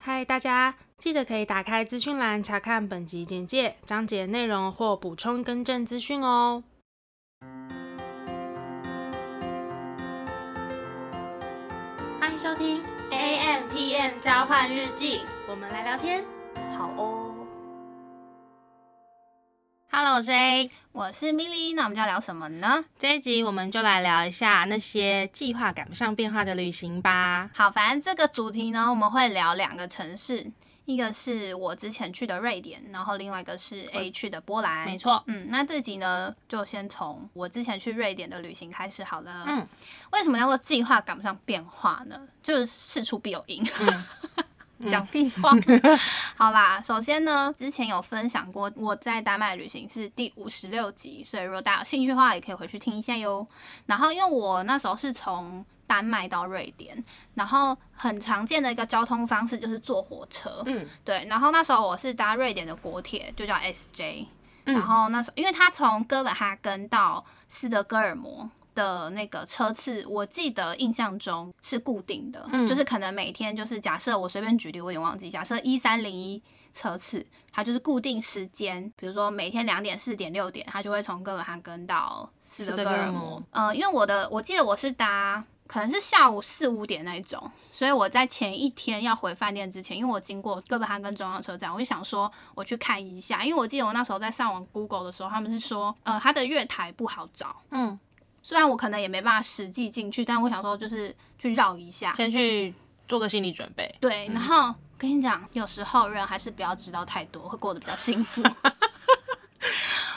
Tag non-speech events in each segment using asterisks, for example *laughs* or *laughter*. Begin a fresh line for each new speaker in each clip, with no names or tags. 嗨，大家记得可以打开资讯栏查看本集简介、章节内容或补充更正资讯哦。欢迎收听 A M P M 交换日记，我们来聊天。
好哦，
Hello，我是 A。
我是 Milly，那我们就要聊什么呢？
这一集我们就来聊一下那些计划赶不上变化的旅行吧。
好，反正这个主题呢，我们会聊两个城市，一个是我之前去的瑞典，然后另外一个是 A 去的波兰。
没错，
嗯，那这集呢，就先从我之前去瑞典的旅行开始好了。
嗯，
为什么叫做计划赶不上变化呢？就是事出必有因。
嗯
讲屁话。好啦，首先呢，之前有分享过我在丹麦旅行是第五十六集，所以如果大家有兴趣的话，也可以回去听一下哟。然后因为我那时候是从丹麦到瑞典，然后很常见的一个交通方式就是坐火车，
*laughs* 嗯
对。然后那时候我是搭瑞典的国铁，就叫 SJ，然
嗯，
后那时候，因为他从哥本哈根到斯德哥尔摩的那个车次，我记得印象中是固定的，
嗯
就是可能每天就是假设我随便举例，我有点忘记，假设一三零一车次，它就是固定时间，比如说每天两点、四点、六点，它就会从哥本哈根到斯德哥
斯
尔
德哥尔
摩
摩。
呃，因为我的我记得我是搭。可能是下午四五点那一种，所以我在前一天要回饭店之前，因为我经过哥本哈根中央车站，我就想说我去看一下，因为我记得我那时候在上网 Google 的时候，他们是说，呃，它的月台不好找，
嗯，
虽然我可能也没办法实际进去，但我想说就是去绕一下。
先去做个心理准备。
对，然后跟你讲，有时候人还是不要知道太多，会过得比较
*laughs*
幸福。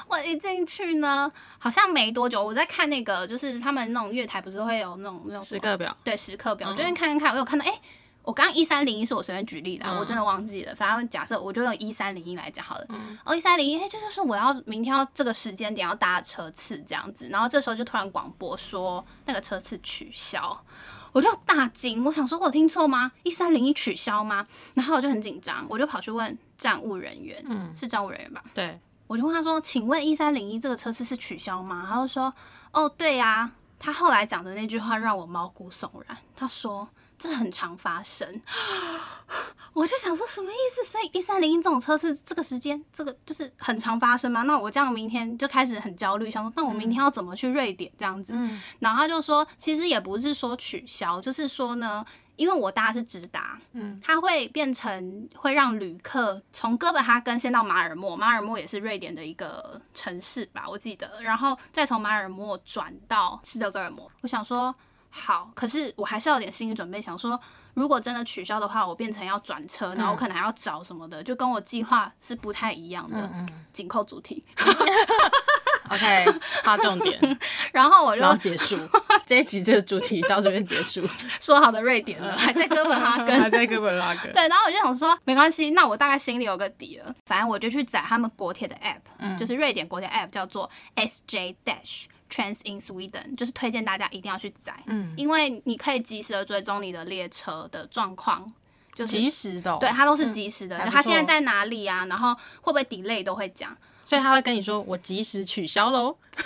我一进去呢，好像没多久，我在看那个，就是他们那种月台不是会有那种那种什
时
么
刻表，
对时刻表，我就先看看看，我有看到哎。诶我刚刚一三零一是我随便举例的啊、
嗯
我真的忘记了。反正假设我就用一三零一来讲好了。
嗯
哦，一三零一，哎，就是说我要明天要这个时间点要搭车次这样子。然后这时候就突然广播说那个车次取消，我就大惊，我想说我有听错吗？一三零一取消吗？然后我就很紧张，我就跑去问站务人员，
嗯，
是站务人员吧？
对，
我就问他说：“请问一三零一这个车次是取消吗？”他就说：“哦，对呀、他后来讲的那句话让我毛骨悚然。他说：“这很常发生。” *laughs* 我就想说什么意思？所以一三零一这种车次，这个时间，这个就是很常发生吗？那我这样明天就开始很焦虑，想说那我明天要怎么去瑞典这样子？
嗯
然后他就说，其实也不是说取消，就是说呢，因为我搭是直达，
嗯
它会变成会让旅客从哥本哈根先到马尔默，马尔默也是瑞典的一个城市吧，我记得，然后再从马尔默转到斯德哥尔摩。我想说。好，可是我还是要有点心理准备，想说如果真的取消的话，我变成要转
嗯
车，然后我可能还要找什么的，就跟我计划是不太一样的。
嗯嗯
紧扣主题，
，OK，划重点，
然后我就
然后结束 *laughs* 这一集这个主题到这边结 *laughs* 束，
说好的瑞典
*laughs*
了，还在哥本哈根，
还在哥本哈 *laughs* 根，
对，然后我就想说，没关系，那我大概心里有个底了。反正我就去载他们国铁的 app，、
嗯
就是瑞典国铁 app 叫做 SJ Dash Trans in Sweden，就是推荐大家一定要去载，
嗯，
因为你可以及时的追踪你的列车的状况，就是
及时的哦，
对，它都是及时的，
还不
它现在
错哦
在哪里啊，然后会不会 delay 都会讲。
所以他会跟你说我及时取消喽，
就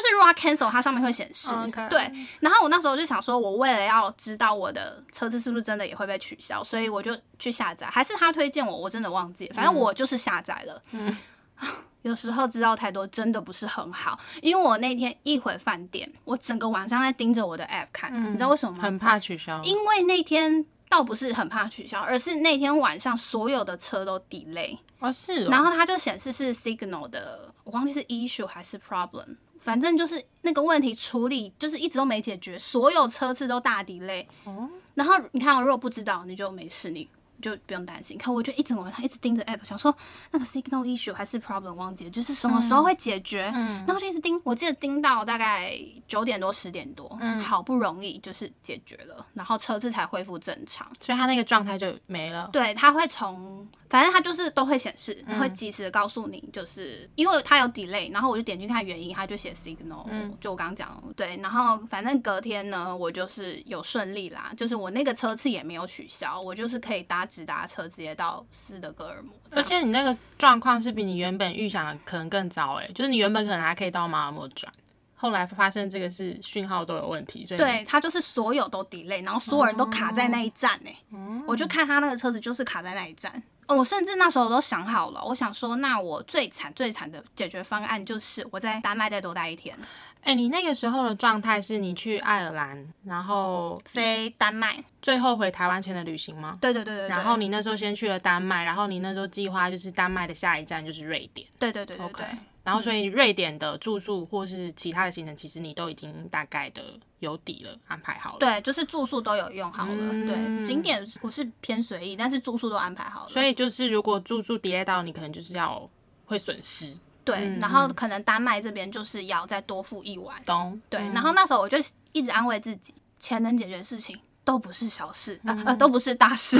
是如果它 cancel，它上面会显示。
哦 OK
对，然后我那时候就想说，我为了要知道我的车子是不是真的也会被取消，所以我就去下载，还是他推荐我，我真的忘记了，反正我就是下载了。
嗯
*laughs* 有时候知道太多真的不是很好，因为我那天一回饭店，我整个晚上在盯着我的 app 看，
嗯
你知道为什么吗？
很怕取消，
因为那天倒不是很怕取消，而是那天晚上所有的车都 delay，
哦是哦，
然后它就显示是 Signal 的，我忘记是 issue 还是 problem，反正就是那个问题处理就是一直都没解决，所有车次都大 delay。
哦
然后你看，我如果不知道，你就没事，你就不用担心。可我就一整个晚上一直盯着 app，想说那个 Signal issue 还是 problem 忘记了，就是什么时候会解决。
嗯
然后就一直盯，我记得盯到大概九点多十点多，
嗯
好不容易就是解决了，然后车子才恢复正常。
所以他那个状态就没了，
对，它会从，反正它就是都会显示，
嗯
会及时地告诉你，就是因为它有 delay，然后我就点进去看原因，它就写 signal，、
嗯
就我刚刚讲的对，然后反正隔天呢，我就是有顺利啦，就是我那个车次也没有取消，我就是可以搭直达车直接到斯德哥尔摩这
而
样。
且你那欸个状况是比你原本预想的可能更糟哎、就是你原本可能还可以到马尔默转，后来发现这个是讯号都有问题，所以
对，它就是所有都 delay，然后所有人都卡在那一站呢、
哦
我就看他那个车子就是卡在那一站。哦，我甚至那时候都想好了，我想说，那我最惨最惨的解决方案就是我在丹麦再多待一天，
哎、你那个时候的状态是你去爱尔兰，然后
飞丹麦。
最后回台湾前的旅行吗？
对对对对对。
然后你那时候先去了丹麦，然后你那时候计划就是丹麦的下一站就是瑞典
对对对对
，OK
对。。
然后所
嗯
以瑞典的住宿或是其他的行程，其实你都已经大概的有底了，安排好了。
对，就是住宿都有用好了。
嗯
对，景点我是偏随意，但是住宿都安排好了。
所以就是如果住宿 delay 到，你可能就是要会损失，
对，
嗯
然后可能丹麦这边就是要再多付一晚。
懂？
对，
嗯
然后那时候我就一直安慰自己，钱能解决的事情都不是小事，
嗯
呃呃，都不是
*laughs*
大事。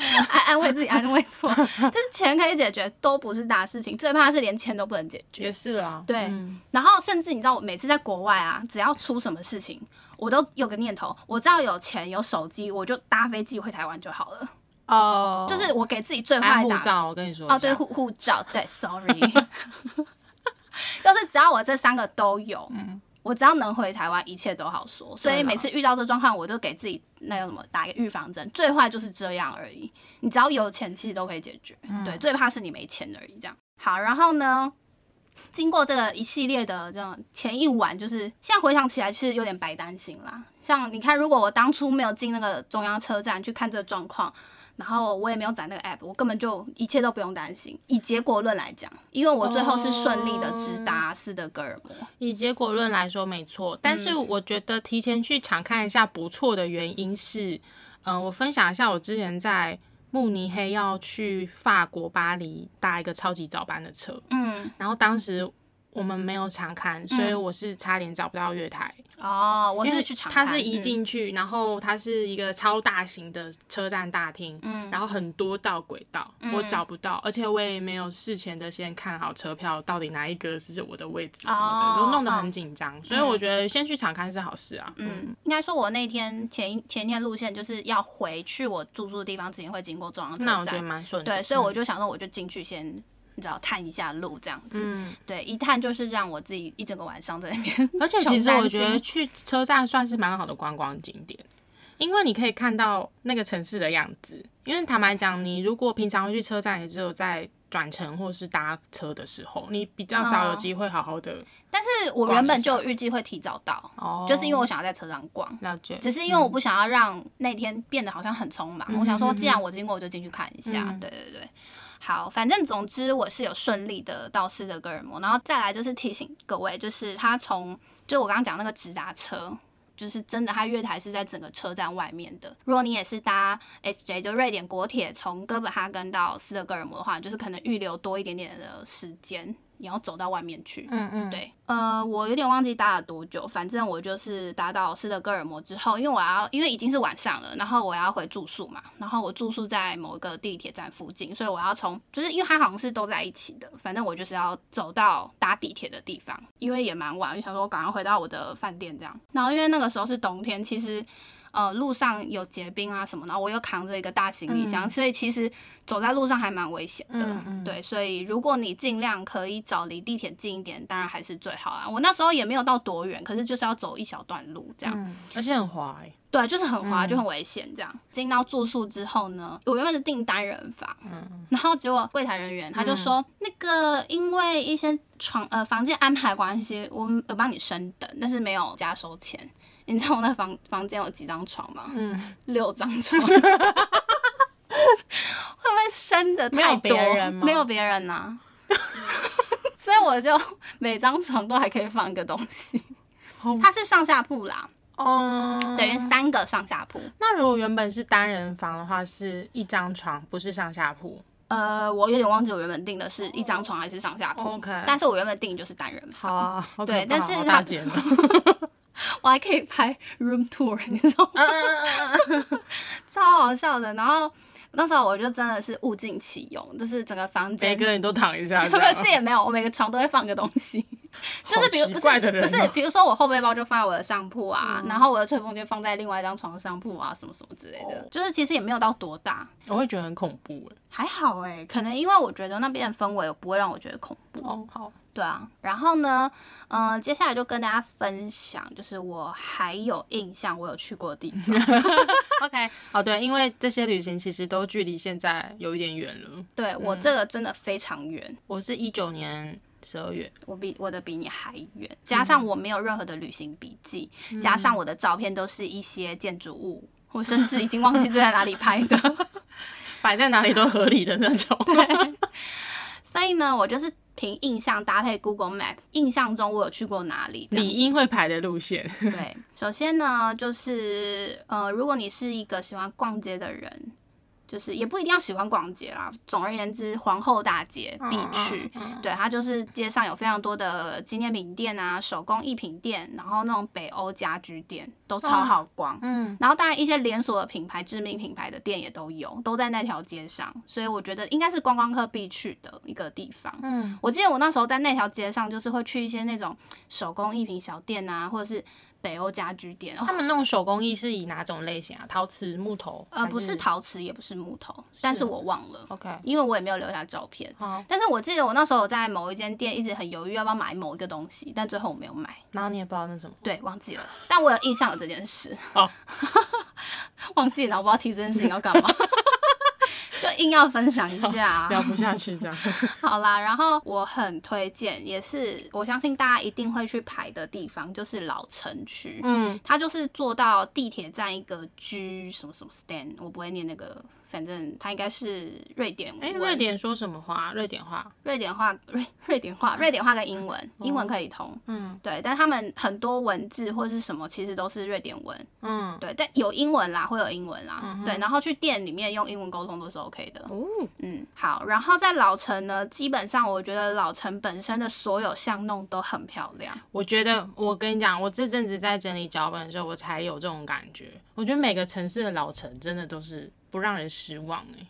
安安慰自己，安慰
*laughs*
错，就是钱可以解决，都不是大事情。最怕是连钱都不能解决。
也是啦。
对
嗯
然后甚至你知道，我每次在国外啊，只要出什么事情，我都有个念头，我只要有钱有手机，我就搭飞机回台湾就好了。
哦
就是我给自己最
安
坏
护
的呃打
照，我跟你说一下
哦，对，护护照，对，sorry，就是只要我这三个都有，
嗯
我只要能回台湾，一切都好说。所
对
以
啦
每次遇到这状况，我就给自己那叫什么打一个预防针，最坏就是这样而已。你只要有钱，其实都可以解决。对，
嗯
最怕是你没钱而已。这样好，然后呢？经过这个一系列的这样前一晚，就是现在回想起来是有点白担心啦。像你看，如果我当初没有进那个中央车站去看这个状况，然后我也没有载那个 app，我根本就一切都不用担心。以结果论来讲，因为我最后是顺利的直达斯德哥尔摩。
以结果论来说没错，但是
嗯
我觉得提前去场看一下不错的原因是，嗯、我分享一下我之前在慕尼黑要去法国巴黎搭一个超级早班的车，
嗯，
然后当时我们没有场看，所以我是差点找不到月台，
哦，我
因为
是去嗯长
它
滩，
是一进去，然后它是一个超大型的车站大厅，
嗯，嗯，嗯
然后很多道轨道，我找不到，而且我也没有事前的先看好车票到底哪一个是我的位置什么的，
哦
都弄得很紧张，所以我觉得先去场看是好事啊。嗯，
嗯，应该说，我那天前一前一天路线就是要回去我住宿的地方之前会经过中央车
嗯那我觉得
站，
蛮顺的。
对，所以我
嗯
就想说，我就进去先，你知道探一下路这样子，
嗯，
对，一探就是让我自己一整个晚上在那边 *laughs*
而且
穷
其实
担
我觉得
心
去车站算是蛮好的观光景点，因为你可以看到那个城市的样子。因为坦白讲，你如果平常会去车站，也只有在转乘或是搭车的时候，你比较少有
哦
机会好好的
但是我原本就有预计会提早到，
哦，
就是因为我想要在车上逛，
了解，
只是因为我不想要让那天变得好像很匆忙，
嗯
我想说，
嗯
既然我经过，我就进去看一下。
嗯
对对对，好，反正总之我是有顺利的到斯德哥尔摩，然后再来就是提醒各位，就是他从就我刚刚讲那个直达车。就是真的，它月台是在整个车站外面的。如果你也是搭 SJ，就瑞典国铁从哥本哈根到斯德哥尔摩的话，就是可能预留多一点点的时间，你要走到外面去。
嗯嗯，
对，呃，我有点忘记搭了多久，反正我就是搭到斯德哥尔摩之后，因为我要，因为已经是晚上了，然后我要回住宿嘛，然后我住宿在某一个地铁站附近，所以我要从，就是因为它好像是都在一起的，反正我就是要走到搭地铁的地方，因为也蛮晚，我就想说我赶快回到我的饭店这样。然后因为那个时候是冬天，其实。呃，路上有结冰啊什么，然后我又扛着一个大行李箱，
嗯
所以其实走在路上还蛮危险的。
嗯嗯
对，所以如果你尽量可以找离地铁近一点，当然还是最好啊。我那时候也没有到多远，可是就是要走一小段路这样。
嗯，而且很滑、欸，
对，就是很滑，
嗯
就很危险这样。进到住宿之后呢，我原本是订单人房，
嗯，
然后结果柜台人员他就说，那个因为一些床呃房间安排关系，我们有帮你升等，但是没有加收钱。你知道我那房房间有几张床吗？
嗯，
六张 *laughs* 床。会不会生的太多？
没有别人吗
没有别人呐、啊 *laughs* 所以我就每张床都还可以放一个东西。
好
它是上下铺啦，
哦，
等于三个上下铺。
那如果原本是单人房的话，是一张床，不是上下铺。
呃，我有点忘记我原本订的是一张床还是上下铺
OK
但是我原本订就是单人房，
好啊，好可
对
怕
但是
好
它
大间哦的，
我还可以拍 room tour，你知道吗？超好笑的。然后那时候我就真的是物尽其用，就是整个房间
*laughs* 每个人都躺一下这
可 *laughs*
样。 *laughs*
是也没有，我每个床都会放个东西， *laughs* 就是比如
好
不
奇
是
怪的人
不
哦嗯
是，比如说我后背包就放在我的上铺啊，然后我的吹风机放在另外一张床上铺啊，什么什么之类的，
哦
就是其实也没有到多大，
我会觉得很恐怖
还好哎、可能因为我觉得那边的氛围不会让我觉得恐怖。
哎。哦， *laughs* 好，
对啊，然后呢，嗯、接下来就跟大家分享，就是我还有印象我有去过的
*laughs*
地方。OK，
哦对，因为这些旅行其实都距离现在有一点远了。
对我
嗯
这个真的非常远，
我是一九年十二月，
我比我的比你还远，加上我没有任何的旅行笔记，加上我的照片都是一些建筑物，我甚至已经忘记这在哪里拍的。
摆在哪里都合理的那 *laughs* 种。
所以呢，我就是凭印象搭配 Google Map，印象中我有去过哪里。这样
理应会排的路线，
对，首先呢，就是呃，如果你是一个喜欢逛街的人，就是也不一定要喜欢逛街啦。总而言之，皇后大街
嗯
必去。对，它就是街上有非常多的纪念品店啊、手工艺品店，然后那种北欧家居店都超
哦
好逛。
嗯，
然后当然一些连锁的品牌、知名品牌的店也都有，都在那条街上，所以我觉得应该是观光客必去的一个地方。
嗯，
我记得我那时候在那条街上，就是会去一些那种手工艺品小店啊，或者是北欧家居店。哦
他们那种手工艺是以哪种类型啊？陶瓷、木头？
呃，
还
不是陶瓷，也不是木头，但是我忘了，
，OK，哦
因为我也没有留下照片。
好，
但是我记得我那时候有在某一间店一直很犹豫要不要买某一个东西，但最后我没有买。
然后你也不知道那什么，
对，忘记了，但我有印象有这件事。
好，
*laughs* 忘记了，我不知道提这件事情要干嘛， *laughs* 就硬要分享一
*laughs*
下。
聊不下去这 *laughs* 样。
好啦，然后我很推荐，也是我相信大家一定会去排的地方，就是老城区。
嗯，
它就是坐到地铁站一个 G 什么什么 stand，我不会念那个，反正它应该是瑞典文。
哎，瑞典说什么话？啊瑞典话？
瑞典话瑞瑞典话瑞典话跟英文，
哦
英文可以通。
嗯
对，但他们很多文字或是什么，其实都是瑞典文。
嗯，
对，但有英文啦，会有英文啦。对，然后去店里面用英文沟通都是 OK 的。
哦，
嗯，好。然后在老城呢，基本上我觉得老城本身的所有巷弄都很漂亮。
我觉得我跟你讲，我这阵子在整理脚本的时候，我才有这种感觉。我觉得每个城市的老城真的都是不让人失望哎、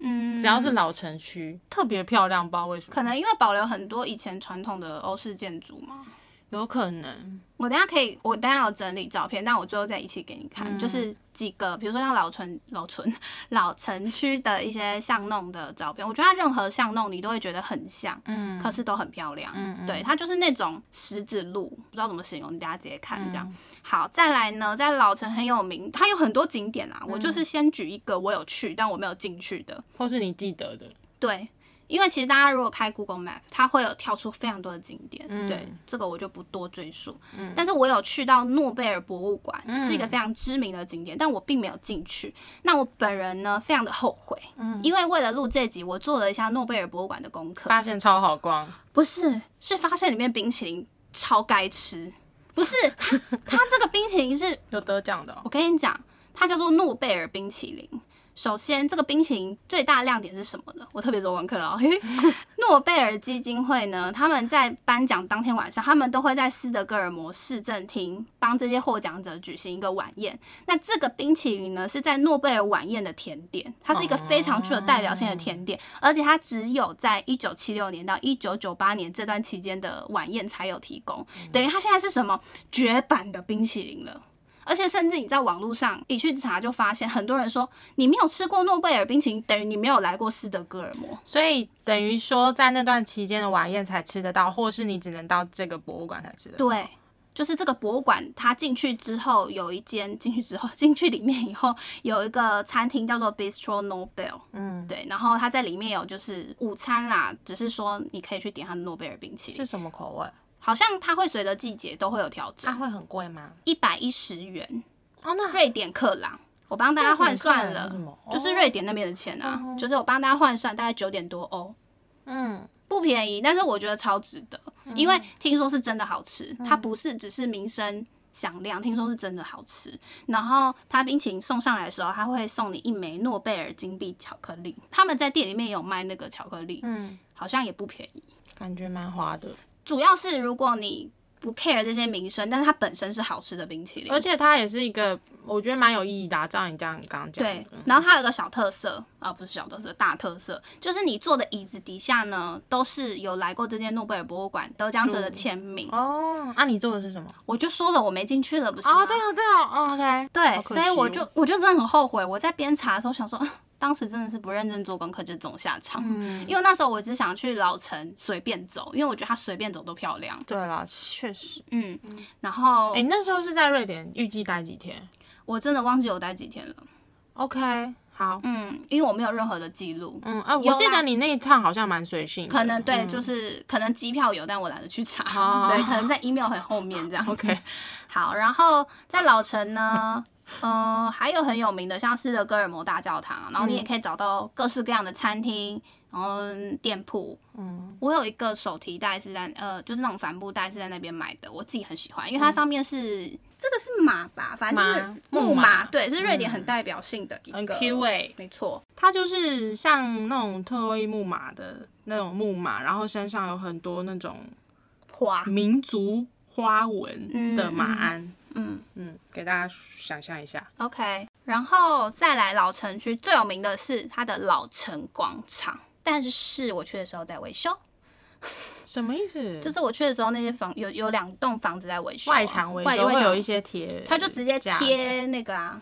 嗯，
只要是老城区，特别漂亮，不知道为什么，
可能因为保留很多以前传统的欧式建筑嘛。
有可能，
我等一下可以，我等一下有整理照片，但我最后再一起给你看，
嗯
就是几个，比如说像老城、老城、老城区的一些巷弄的照片。我觉得它任何巷弄你都会觉得很像，
嗯
可是都很漂亮。
嗯嗯
对，它就是那种十字路，不知道怎么形容，你等一下直接
嗯
看这样。好，再来呢，在老城很有名，它有很多景点啊。我
嗯
就是先举一个我有去，但我没有进去的。
或是你记得的，
对，因为其实大家如果开 Google Map，它会有跳出非常多的景点。
嗯
对，这个我就不多赘述。但是我有去到诺贝尔博物馆，
嗯
是一个非常知名的景点，但我并没有进去。那我本人呢，非常的后悔，因为为了录这集，我做了一下诺贝尔博物馆的功课，
嗯发现超好逛，
不是，是发现里面冰淇淋超该吃。不是，它它这个冰淇淋是
有得奖的、哦
我跟你讲，它叫做诺贝尔冰淇淋。首先，这个冰淇淋最大亮点是什么呢？我特别做功课哦。嘿 *laughs* 诺贝尔基金会呢，他们在颁奖当天晚上，他们都会在斯德哥尔摩市政厅帮这些获奖者举行一个晚宴。那这个冰淇淋呢，是在诺贝尔晚宴的甜点，它是一个非常具有代表性的甜点，而且它只有在一九七六年到一九九八年这段期间的晚宴才有提供。等于它现在是什么绝版的冰淇淋了。而且甚至你在网络上一去查，就发现很多人说你没有吃过诺贝尔冰淇淋，等于你没有来过斯德哥尔摩。
所以等于说，在那段期间的晚宴才吃得到，或是你只能到这个博物馆才吃得到。
对，就是这个博物馆，它进去之后有一间， *laughs* 进去之后进去里面以后有一个餐厅叫做 Bistro Nobel，
嗯，
对，然后它在里面有就是午餐啦，只是说你可以去点它的诺贝尔冰淇
是
淋，
什么口味？
好像它会随着季节都会有调
它、
整，
啊会很贵吗？
一百一十元
哦，那
瑞典克朗，我帮大家换算
是。
了
什么？
就是
哦
瑞典那边的钱啊，就是我帮大家换算，大概九点多欧，
嗯，
不便宜，但是我觉得超值得，因为听说是真的好吃，
嗯
它不是只是名声响亮，听说是真的好吃。然后它冰淇淋送上来的时候，它会送你一枚诺贝尔金币巧克力，他们在店里面有卖那个巧克力，
嗯，
好像也不便宜。
感觉蛮滑的，
主要是如果你不 care 这些名声，但是它本身是好吃的冰淇淋，
而且它也是一个我觉得蛮有意义的、啊。照你这样刚刚讲的，
对，然后它有个小特色啊、不是小特色，大特色就是你坐的椅子底下呢，都是有来过这间诺贝尔博物馆得奖者的签名。
哦，那、你做的是什么？
我就说了，我没进去了，不是吗
哦，对哦，对哦，哦，OK，
对，
好可
所以
惜
我
哦
就我就真的很后悔，我在边查的时候想说，啊当时真的是不认真做功课，就这种下场。
嗯，
因为那时候我只想去老城随便走，因为我觉得它随便走都漂亮。
对了，确实。
嗯，然后、
哎、那时候是在瑞典，预计待几天
我真的忘记我待几天了。
？OK，好，
嗯，因为我没有任何的记录。
嗯，哎、
有
我
啦
记得你那一趟好像蛮随性的，
可能对，
嗯
就是可能机票有，但我懒得去查。
好
*laughs* 对，可能在 email 很后面这样子。
*laughs* OK，
好，然后在老城呢，嗯、还有很有名的像斯德哥尔摩大教堂啊，然后
嗯
你也可以找到各式各样的餐厅，然后店铺。
嗯，
我有一个手提袋是在呃，就是那种帆布袋是在那边买的，我自己很喜欢，因为它上面是、这个是马吧，反正就是
嗯马
木
木马
对，是瑞典很代表性的一
很
个。
Q 哎、欸，
没错，
它就是像那种特洛伊木马的那种木马，然后身上有很多那种
花，
民族花纹的马鞍，
嗯。
嗯，给大家想象一下，
OK，然后再来老城区最有名的是它的老城广场，但是我去的时候在维修，
什么意思？
就是我去的时候那些房有有两栋房子在维修啊、
外墙围
外
就
外
会有
墙
一，些铁，
他就直接
架
贴那个啊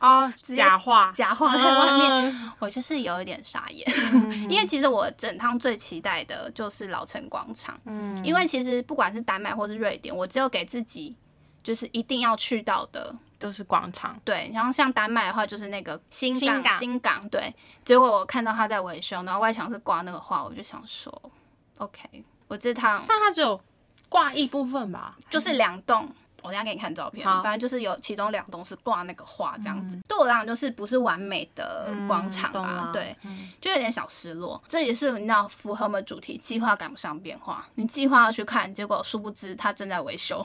哦
接
假画，
假画在外
*laughs*
面，
面，
我就是有一点傻眼，
嗯
*laughs* 因为其实我整趟最期待的就是老城广场，
嗯
因为其实不管是丹麦或是瑞典，我只有给自己就是一定要去到的
就是广场，
对，然后像丹麦的话，就是那个新
新
港
港
新港对。结果我看到他在维修，然后外墙是挂那个画，我就想说，OK，我这趟
但它只有挂一部分吧，
就是两栋。我等一下给你看照片，
好嗯
反正就是有其中两栋是挂那个画这样子。对我来讲，就是不是完美的广场
懂
啊，
了
对，
嗯
就有点小失落。这也是你知道，符合我们主题，计划赶不上变化。你计划要去看，结果殊不知它正在维修。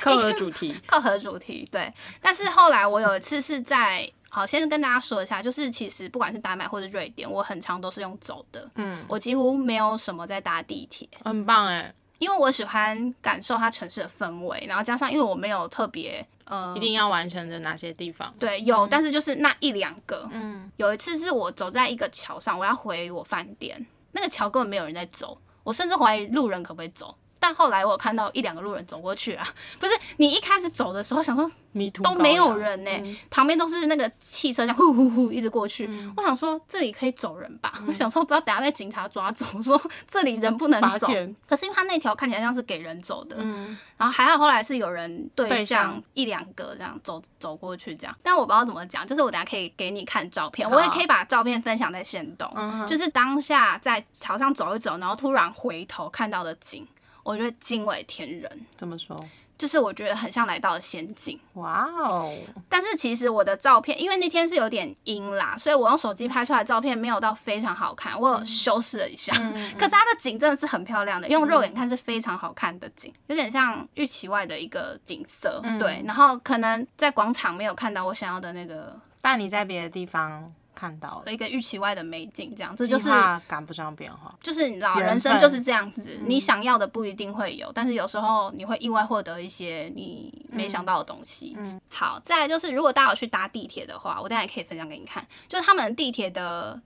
扣了主
*laughs*
题，
靠合主题，对。但是后来我有一次是在，好，先跟大家说一下，就是其实不管是丹麦或者瑞典，我很常都是用走的，
嗯，
我几乎没有什么在搭地铁，
很棒哎，
因为我喜欢感受它城市的氛围，然后加上因为我没有特别，呃
一，定要完成的哪些地方？
对，有，但是就是那一两个。
嗯，
有一次是我走在一个桥上，我要回我饭店，那个桥根本没有人在走，我甚至怀疑路人可不可以走。但后来我有看到一两个路人走过去啊，不是你一开始走的时候想说
迷途
都没有人呢、
呢，
旁边都是那个汽车，这样呼呼呼一直过去。
嗯
我想说这里可以走人吧，我想说不要等下被警察抓走， *laughs* 说这里人不能
罚
走。
钱，
可是因为他那条看起来像是给人走的，
嗯，
然后还好后来是有人对
对
向
向
一两个这样走走过去这样，但我不知道怎么讲，就是我等下可以给你看照片，我也
好
可以把照片分享在线动，
嗯
就是当下在桥上走一走，然后突然回头看到的景，我觉得惊为天人，
怎么说？
就是我觉得很像来到了仙境。
哇哦，
但是其实我的照片，因为那天是有点阴啦，所以我用手机拍出来的照片没有到非常好看，
嗯
我有修饰了一下。 *laughs* 可是它的景真的是很漂亮的，用肉眼看是非常好看的景，有点像预期外的一个景色。
嗯
对，然后可能在广场没有看到我想要的那个
但你在别的地方看到了，
一个预期外的美景，这样这就是
计。划赶不上变化，
就是你知道，
缘分嗯
人生就是这样子，你想要的不一定会有，但是有时候你会意外获得一些你没想到的东西。
嗯嗯
好，再来就是如果大家有去搭地铁的话，我等一下也可以分享给你看，就是他们的地铁的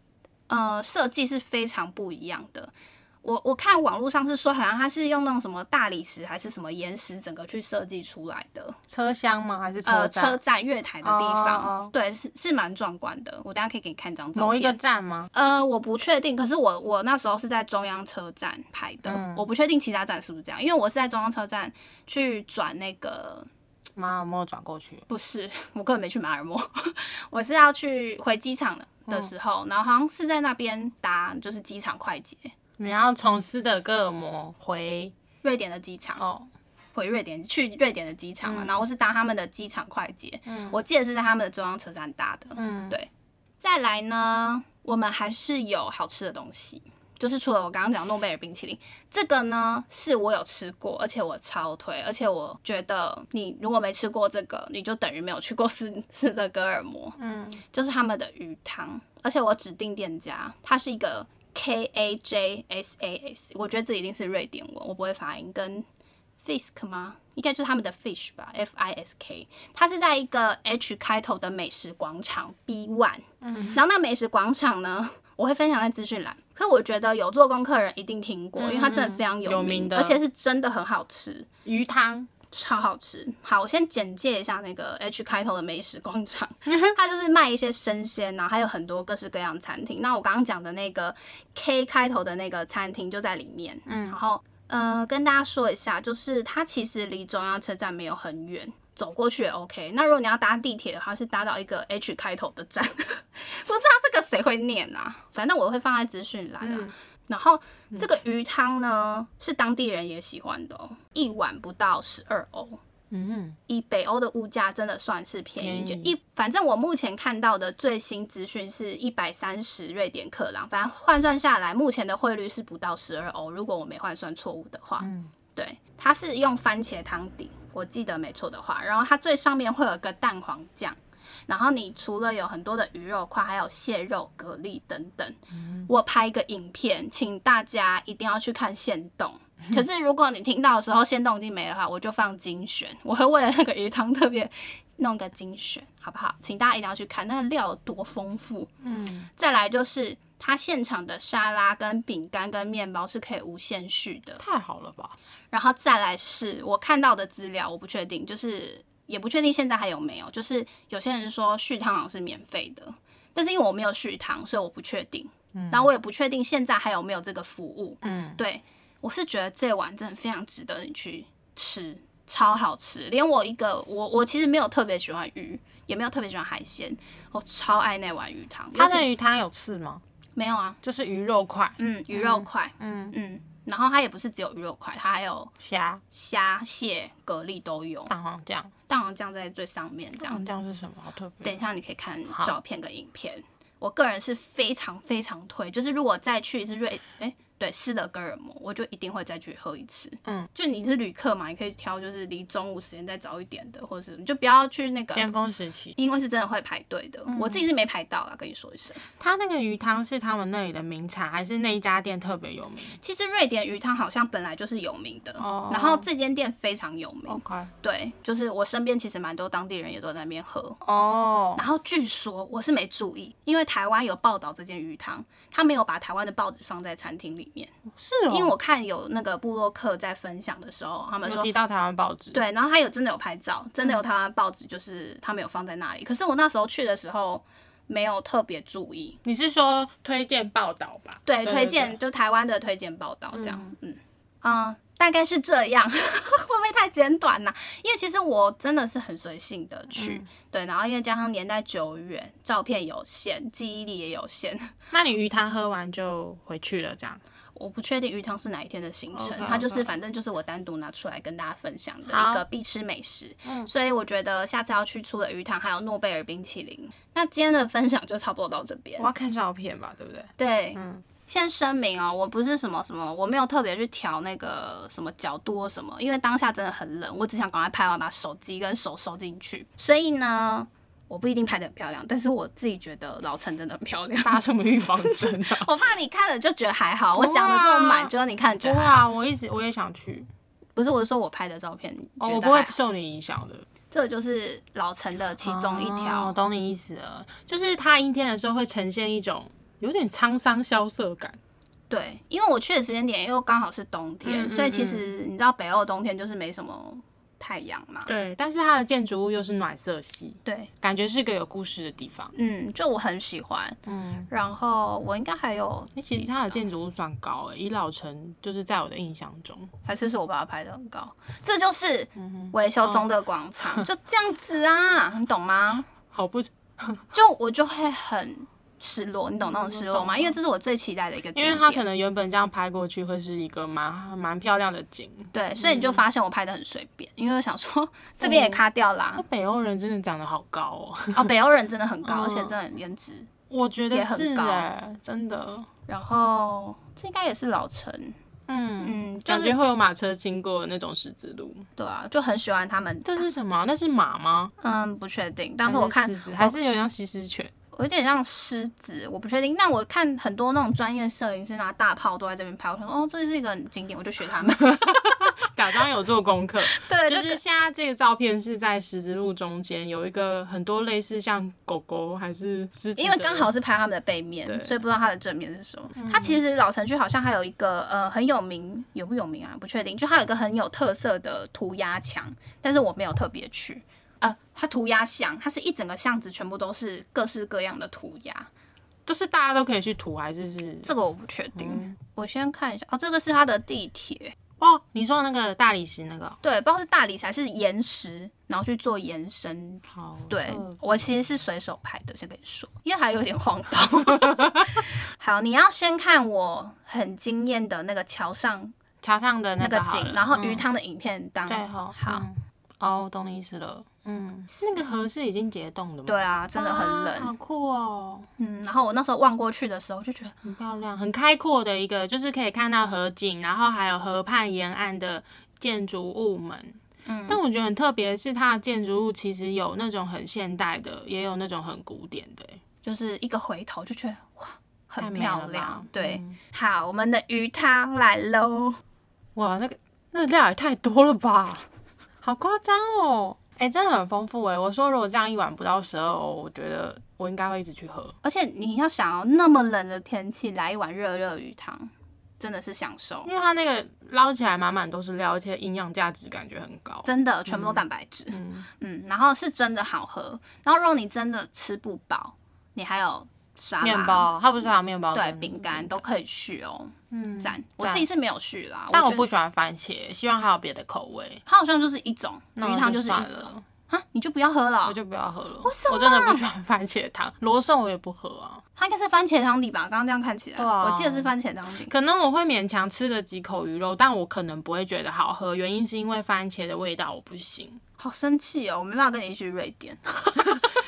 呃设计是非常不一样的。我我看网络上是说，好像它是用那种什么大理石还是什么岩石整个去设计出来的，
车厢吗？还是
呃，
车
车
站？
站月台的地方，
哦哦哦
对，是是蛮壮观的。我等一下可以给你看张照片。
某一个站吗？
呃，我不确定，可是我我那时候是在中央车站拍的，
嗯
我不确定其他站是不是这样，因为我是在中央车站去转那个，
妈，有没有转过去？
不是，我根本没去马尔默， *laughs* 我是要去回机场的
嗯
的时候，然后好像是在那边搭就是机场快捷，
你要从斯德哥尔摩回
瑞典的机场，
哦，
回瑞典去瑞典的机场嘛，然后我是搭他们的机场快捷，
嗯
我记得是在他们的中央车站搭的，
嗯
对再来呢，我们还是有好吃的东西，就是除了我刚刚讲诺贝尔冰淇淋，这个呢是我有吃过，而且我超推，而且我觉得你如果没吃过这个，你就等于没有去过斯斯德哥尔摩，
嗯，
就是他们的鱼汤，而且我指定店家，它是一个 K A J S A S，我觉得这一定是瑞典文，我不会发音，跟 Fisk 吗？应该就是他们的 Fish 吧，F I S K，它是在一个 H 开头的美食广场 B One，嗯，然后那美食广场呢，我会分享在资讯栏。可我觉得有做功课的人一定听过，因为它真的非常
嗯嗯
有
有名的
而且是真的很好吃，
鱼汤，
超好吃。好，我先简介一下那个 H 开头的美食广场， *laughs* 它就是卖一些生鲜，然后还有很多各式各样的餐厅。那我刚刚讲的那个 K 开头的那个餐厅就在里面，
嗯
然后呃，跟大家说一下，就是它其实离中央车站没有很远，走过去也 OK。那如果你要搭地铁的话，是搭到一个 H 开头的站，不 *laughs* 是啊，这个谁会念啊？反正我会放在资讯栏啊。
嗯
然后这个鱼汤呢，是当地人也喜欢的哦，一碗不到十二欧。
嗯，
以北欧的物价真的算是便宜，
便宜
就一反正我目前看到的最新资讯是一百三十瑞典克朗，反正换算下来，目前的汇率是不到十二欧，如果我没换算错误的话，
嗯
对，它是用番茄汤底，我记得没错的话，然后它最上面会有一个蛋黄酱。然后你除了有很多的鱼肉块，还有蟹肉、蛤蜊等等。
嗯
我拍一个影片，请大家一定要去看现动。可是如果你听到的时候现动已经没了的话，我就放精选，我会为了那个鱼汤特别弄个精选，好不好？请大家一定要去看，那个料有多丰富。
嗯，
再来就是它现场的沙拉、跟饼干、跟面包是可以无限续的。
太好了吧？
然后再来是我看到的资料，我不确定，就是也不确定现在还有没有，就是有些人说续汤好像是免费的，但是因为我没有续汤，所以我不确定。然后我也不确定现在还有没有这个服务。
嗯，
对我是觉得这碗真的非常值得你去吃，超好吃。连我一个我我其实没有特别喜欢鱼，也没有特别喜欢海鲜，我超爱那碗鱼汤。
它
尤
的
其
鱼汤有刺吗？
没有啊，
就是鱼肉块，
嗯，鱼肉块，
嗯，
嗯，然后它也不是只有鱼肉块，它还有
虾、
虾、蟹、蛤蜊都有，
蛋黄酱，
蛋黄酱在最上面
蛋
这样
黄
子。
酱是什么？好特别。
等一下你可以看
嗯好
照片跟影片。我个人是非常非常推，就是如果再去一次瑞，哎、对，斯德哥尔摩，我就一定会再去喝一次。
嗯，
就你是旅客嘛，你可以挑就是离中午时间再早一点的，或者是你就不要去那个，
尖峰时期，
因为是真的会排队的。
嗯
我自己是没排到啦，跟你说一声。
它那个鱼汤是他们那里的名产，还是那一家店特别有名
其实瑞典鱼汤好像本来就是有名的，
哦
然后这间店非常有名。
？OK，
对，就是我身边其实蛮多当地人也都在那边喝。
哦，
然后据说我是没注意，因为台湾有报道这间鱼汤，他没有把台湾的报纸放在餐厅里面，
是哦，
因为我看有那个部落客在分享的时候，他们
有嗯
说
提到台湾报纸，，
对，然后他有真的有拍照，真的有台湾报纸，就是他们有放在那里。可是我那时候去的时候没有特别注意，
你是说推荐报道吧？
对，推
对
荐就台湾的推荐报道这样，嗯嗯、大概是这样， *laughs* 会不会太简短呐、因为其实我真的是很随性的去，对，然后因为加上年代久远，照片有限，记忆力也有限， *laughs*
那你鱼汤喝完就回去了，这样
我不确定鱼汤是哪一天的行程
OK，OK
它就是反正就是我单独拿出来跟大家分享的
好
一个必吃美食。所以我觉得下次要去除了鱼汤，还有诺贝尔冰淇淋。那今天的分享就差不多到这边
我。要看照片吧，对不对？
对，
嗯
先声明哦，我不是什么什么，我没有特别去调那个什么角度或什么，因为当下真的很冷，我只想赶快拍完，把手机跟手收进去。所以呢，我不一定拍的很漂亮，但是我自己觉得老陈真的很
*laughs*
漂亮。
打什么预防针啊？
*laughs* 我怕你看了就觉得还好，我讲的这么满，结果你看了觉得还
哇，
好
我一直我也想去，
不是，我是说我拍的照片，你
哦，我
觉得
不会
还好
受你影响的。
这个就是老陈的其中一条。
哦懂你意思了，就是它阴天的时候会呈现一种有点沧桑萧瑟感，
对，因为我去的时间点又刚好是冬天，
嗯嗯
所以其实你知道北欧冬天就是没什么太阳嘛。
对，但是它的建筑物又是暖色系，
对，
感觉是个有故事的地方。
嗯，就我很喜欢。
嗯，
然后我应该还有，
那其实它的建筑物算高欸诶、以老城就是在我的印象中，
还是是我把它拍的很高，这就是
嗯
维修中的广场，
哦
就这样
*laughs*
子啊，你懂吗？
好不，
就我就会很失落，你懂那种失落吗？因为这是我最期待的一个景
嗯因
点，
为它可能原本这样拍过去会是一个蛮蛮漂亮的景。
对，所以你就
嗯
发现我拍的很随便，因为我想说这边也卡掉啦
那。北欧人真的长得好高哦，
哦，北欧人真的很高，
嗯
而且真的很颜值。
我觉得
也很
是
高嗯
哎、真的，
然后这应该也是老陈，
嗯，
嗯，就
感觉
是
会有马车经过的那种十字路。
对啊，就很喜欢他们。
这是什么？那是马吗？
嗯，不确定，但是我看
还是狮子还是有像西施犬。
有点像狮子，我不确定。但我看很多那种专业摄影师拿大炮都在这边拍，我想说哦，这是一个很经典，我就学他
*laughs*
们。
假装有做功课，*laughs*
对，
就
那
是
个
现在这个照片是在十字路中间有一个很多类似像狗狗还是狮子的，
因为刚好是拍他们的背面
对，嗯
所以不知道它的正面是什么。它其实老城区好像还有一个呃很有名，有不有名啊？不确定。就它有一个很有特色的涂鸦墙，但是我没有特别去。呃，它涂鸦巷，它是一整个巷子全部都是各式各样的涂鸦，
就是大家都可以去涂还是是
这个我不确定。
嗯
我先看一下，哦，这个是它的地铁，
哦，你说那个大理石那个
对，不知道是大理石还是岩石，然后去做延伸
好
对、
嗯
我其实是随手拍的，先跟你说，因为还有点荒唐。
*laughs*
*laughs* 好，你要先看我很惊艳的那个桥上
桥上的
那
个
个
好
景，
了
然后鱼
嗯
汤的影片当、
最后
好，
嗯哦，懂你意思了，嗯，那个河是已经结冻的吗？
对啊，真的很冷。
哇好酷哦，
嗯，然后我那时候望过去的时候，就觉得
很漂亮，很开阔的一个，就是可以看到河景，然后还有河畔沿岸的建筑物们。
嗯
但我觉得很特别的是，它的建筑物其实有那种很现代的，也有那种很古典的、欸
就是一个回头就觉得哇，
太
很
美了
漂亮
吧。嗯
对、好，我们的鱼汤来喽。
哇，那个那个料也太多了吧，好夸张哦！哎、真的很丰富哎、我说如果这样一碗不到十二欧，我觉得我应该会一直去喝。
而且你要想哦，那么冷的天气来一碗热热鱼汤，真的是享受。
因为它那个捞起来满满都是料，而且营养价值感觉很高。
真的全部都蛋白质，
嗯
嗯然后是真的好喝，然后如果你真的吃不饱，你还有沙拉、
面包，它不是还有面包
对
跟
饼干都可以续哦，
嗯
赞、我自己是没有续啦，
但我
觉得
不喜欢番茄，希望还有别的口味。
它好像就是一种
那
鱼汤
就是算
一种
了，
啊，你就不要喝了
我
哦，
就不要喝了。
什
我真的不喜欢番茄汤，罗宋我也不喝啊。
它应该是番茄汤底吧？刚刚这样看起来，
对啊
我记得是番茄汤底，
可能我会勉强吃个几口鱼肉，但我可能不会觉得好喝，原因是因为番茄的味道我不行。 *laughs*
好生气哦，我没办法跟你一起去瑞典，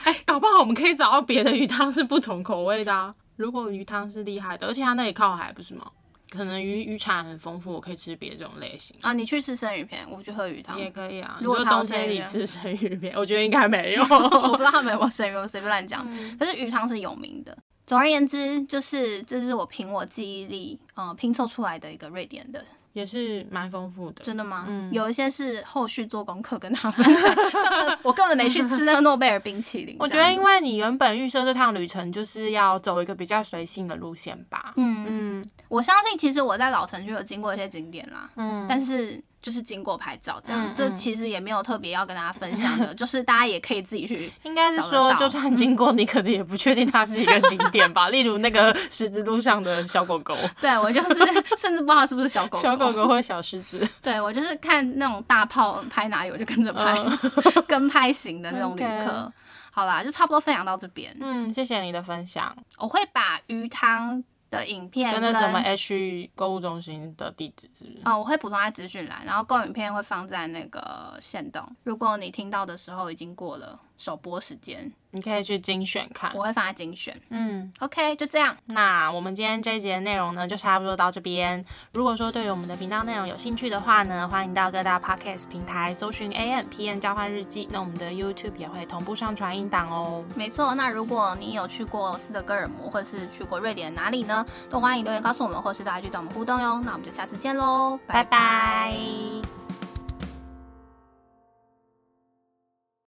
哎、搞不好我们可以找到别的鱼汤是不同口味的、啊。如果鱼汤是厉害的，而且它那里靠海，不是吗？可能鱼鱼产很丰富，我可以吃别种类型。
啊，你去吃生鱼片，我去喝鱼汤。
也可以啊，
如果
你
它
说
有
冬天
生鱼
里
片
吃生鱼片，我觉得应该没
*laughs*
有。
我不知道他们有没有生鱼片，我随便乱讲。
嗯
可是鱼汤是有名的。总而言之，就是这是我凭我记忆力，嗯、拼凑出来的一个瑞典的，
也是蛮丰富的。
真的吗？
嗯
有一些是后续做功课跟他分
*laughs*
享，根本我根本没去吃那个诺贝尔冰淇淋。
我觉
这
得，
样
因为你原本预设这趟旅程就是要走一个比较随性的路线吧。
嗯，
嗯
我相信其实我在老城区有经过一些景点啦，
嗯，
但是就是经过拍照这样，
嗯
这
嗯
其实也没有特别要跟大家分享
*laughs*
的，就是大家也可以自己去。
应该是
找得
说，
到嗯
就算经过，你可能也不确定它是一个景点
*laughs*
吧。例如那个十字路上的小狗狗、
对我就是，甚至不知道是不是小狗
小狗狗或小狮
*laughs*
子，
对我就是看那种大炮拍哪里，我就跟着拍， *laughs* 跟拍型的那种旅客。
嗯 OK
好啦，就差不多分享到这边。
嗯，谢谢你的分享。
我会把鱼汤的影片
跟
跟
那什么 H E 购物中心的地址是不是？
哦，我会补充在资讯栏，然后购影片会放在那个线动。如果你听到的时候已经过了首播时间，
你可以去精选看。
我会放在精选。
嗯，
OK，就这样，
那我们今天这一节的内容呢，就差不多到这边。如果说对于我们的频道内容有兴趣的话呢，欢迎到各大 podcast 平台搜寻 A M P N 交换日记。那我们的 YouTube 也会同步上传音档哦。
没错。那如果你有去过斯德哥尔摩，或是去过瑞典哪里呢，都欢迎留言告诉我们，或是大家去找我们互动哟。那我们就下次见喽，
拜
拜拜
拜